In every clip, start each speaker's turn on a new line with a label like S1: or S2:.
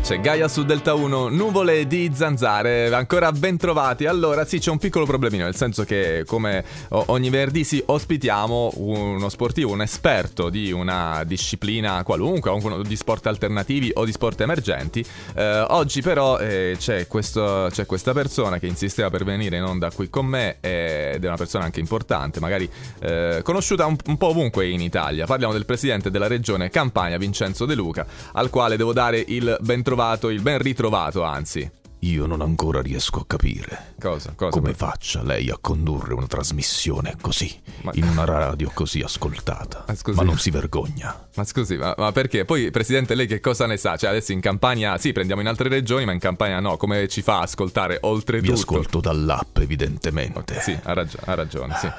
S1: C'è Gaia su Delta 1, nuvole di zanzare, ancora ben trovati. Allora, sì, c'è un piccolo problemino, nel senso che come o- ogni venerdì sì, ospitiamo uno sportivo, un esperto di una disciplina qualunque, o uno di sport alternativi o di sport emergenti. Eh, oggi però eh, c'è, questo- c'è questa persona che insisteva per venire in onda qui con me eh, ed è una persona anche importante, magari eh, conosciuta un, un po' ovunque in Italia. Parliamo del presidente della regione Campania, Vincenzo De Luca, al quale devo dare il ben trovato, il ben ritrovato, anzi.
S2: Io non ancora riesco a capire
S1: Cosa? Cosa?
S2: come faccia lei a condurre una trasmissione così,
S1: Ma-
S2: in una radio così ascoltata.
S1: Ah, scusi.
S2: Ma non si vergogna.
S1: Ma scusi, ma, ma perché? Poi, Presidente, lei che cosa ne sa? Cioè, adesso in Campania, sì, prendiamo in altre regioni, ma in Campania no. Come ci fa a ascoltare
S2: Vi
S1: oltretutto?
S2: ascolto dall'app, evidentemente.
S1: Ok, sì, ha, ragio- ha ragione, sì.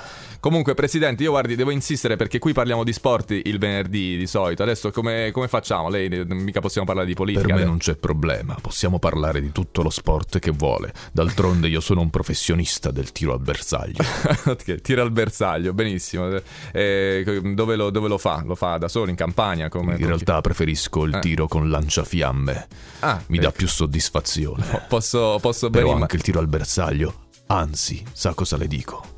S1: Comunque, Presidente, io guardi, devo insistere perché qui parliamo di sport il venerdì di solito. Adesso come, come facciamo? Lei eh, mica possiamo parlare di politica.
S2: Per me
S1: adesso.
S2: non c'è problema, possiamo parlare di tutto lo sport che vuole. D'altronde io sono un professionista del tiro a bersaglio.
S1: Ok, tira al bersaglio, benissimo. Eh, dove, lo, dove lo fa? Lo fa da solo in Campania? Come,
S2: In realtà preferisco il
S1: Eh.
S2: tiro con lanciafiamme,
S1: Ah,
S2: mi dà
S1: ecco.
S2: più soddisfazione.
S1: Po- Posso, posso
S2: Però
S1: benissimo-
S2: anche il tiro al bersaglio. Anzi, sa cosa le dico?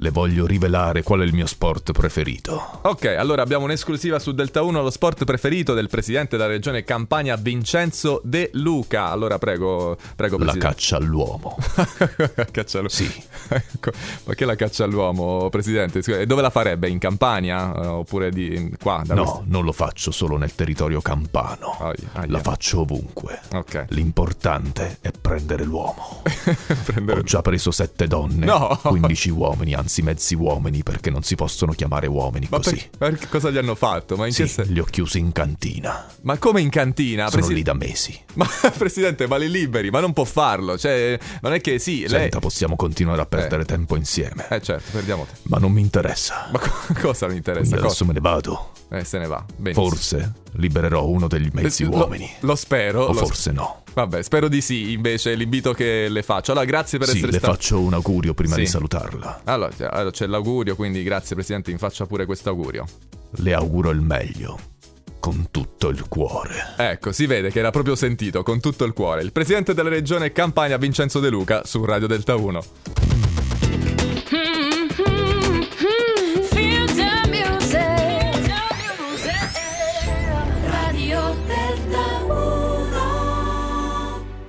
S2: Le voglio rivelare qual è il mio sport preferito.
S1: Ok, allora abbiamo un'esclusiva su Delta 1, lo sport preferito del presidente della regione Campania, Vincenzo De Luca. Allora prego, prego
S2: La
S1: presidente.
S2: caccia all'uomo.
S1: caccia all'uomo.
S2: Sì.
S1: Ecco, Ma che la caccia all'uomo, presidente? Scusa, E dove la farebbe? In Campania? Eh, Oppure di qua? Da
S2: No,
S1: queste-
S2: non lo faccio solo nel territorio campano.
S1: Aia, aia.
S2: La faccio ovunque.
S1: Ok.
S2: L'importante è prendere l'uomo.
S1: Prendere...
S2: Ho già preso sette donne,
S1: Certo. No!
S2: 15 uomini, anzi mezzi uomini, perché non si possono chiamare uomini
S1: Ma per-
S2: così.
S1: per- cosa gli hanno fatto? Ma, in che
S2: Sì,
S1: sen-
S2: li ho chiusi in cantina.
S1: ma come in cantina?
S2: Sono
S1: presi-
S2: lì da mesi.
S1: Ma presidente, ma li liberi, ma non può farlo. Cioè, non è che sì, lei...
S2: Senta, possiamo continuare a perdere tempo insieme.
S1: Eh certo, perdiamo tempo.
S2: Ma non mi interessa.
S1: Ma co- cosa mi interessa?
S2: Quindi
S1: Cosa?
S2: adesso me ne vado.
S1: Eh, se ne va. Benissimo. Eh,
S2: Forse libererò uno degli mezzi
S1: Lo-
S2: uomini.
S1: Lo, spero.
S2: O
S1: Oh, lo-
S2: forse no.
S1: Vabbè, spero di sì, invece, l'invito che le faccio. Allora, grazie per
S2: Sì,
S1: essere
S2: le
S1: stato.
S2: faccio un augurio prima
S1: Sì.
S2: di salutarla.
S1: Allora, c'è- allora, c'è l'augurio, quindi grazie Presidente, mi faccia pure questo augurio.
S2: Le auguro il meglio. Con tutto il cuore.
S1: Ecco, si vede che era proprio sentito, con tutto il cuore, il Presidente della Regione Campania Vincenzo De Luca su Radio Delta 1.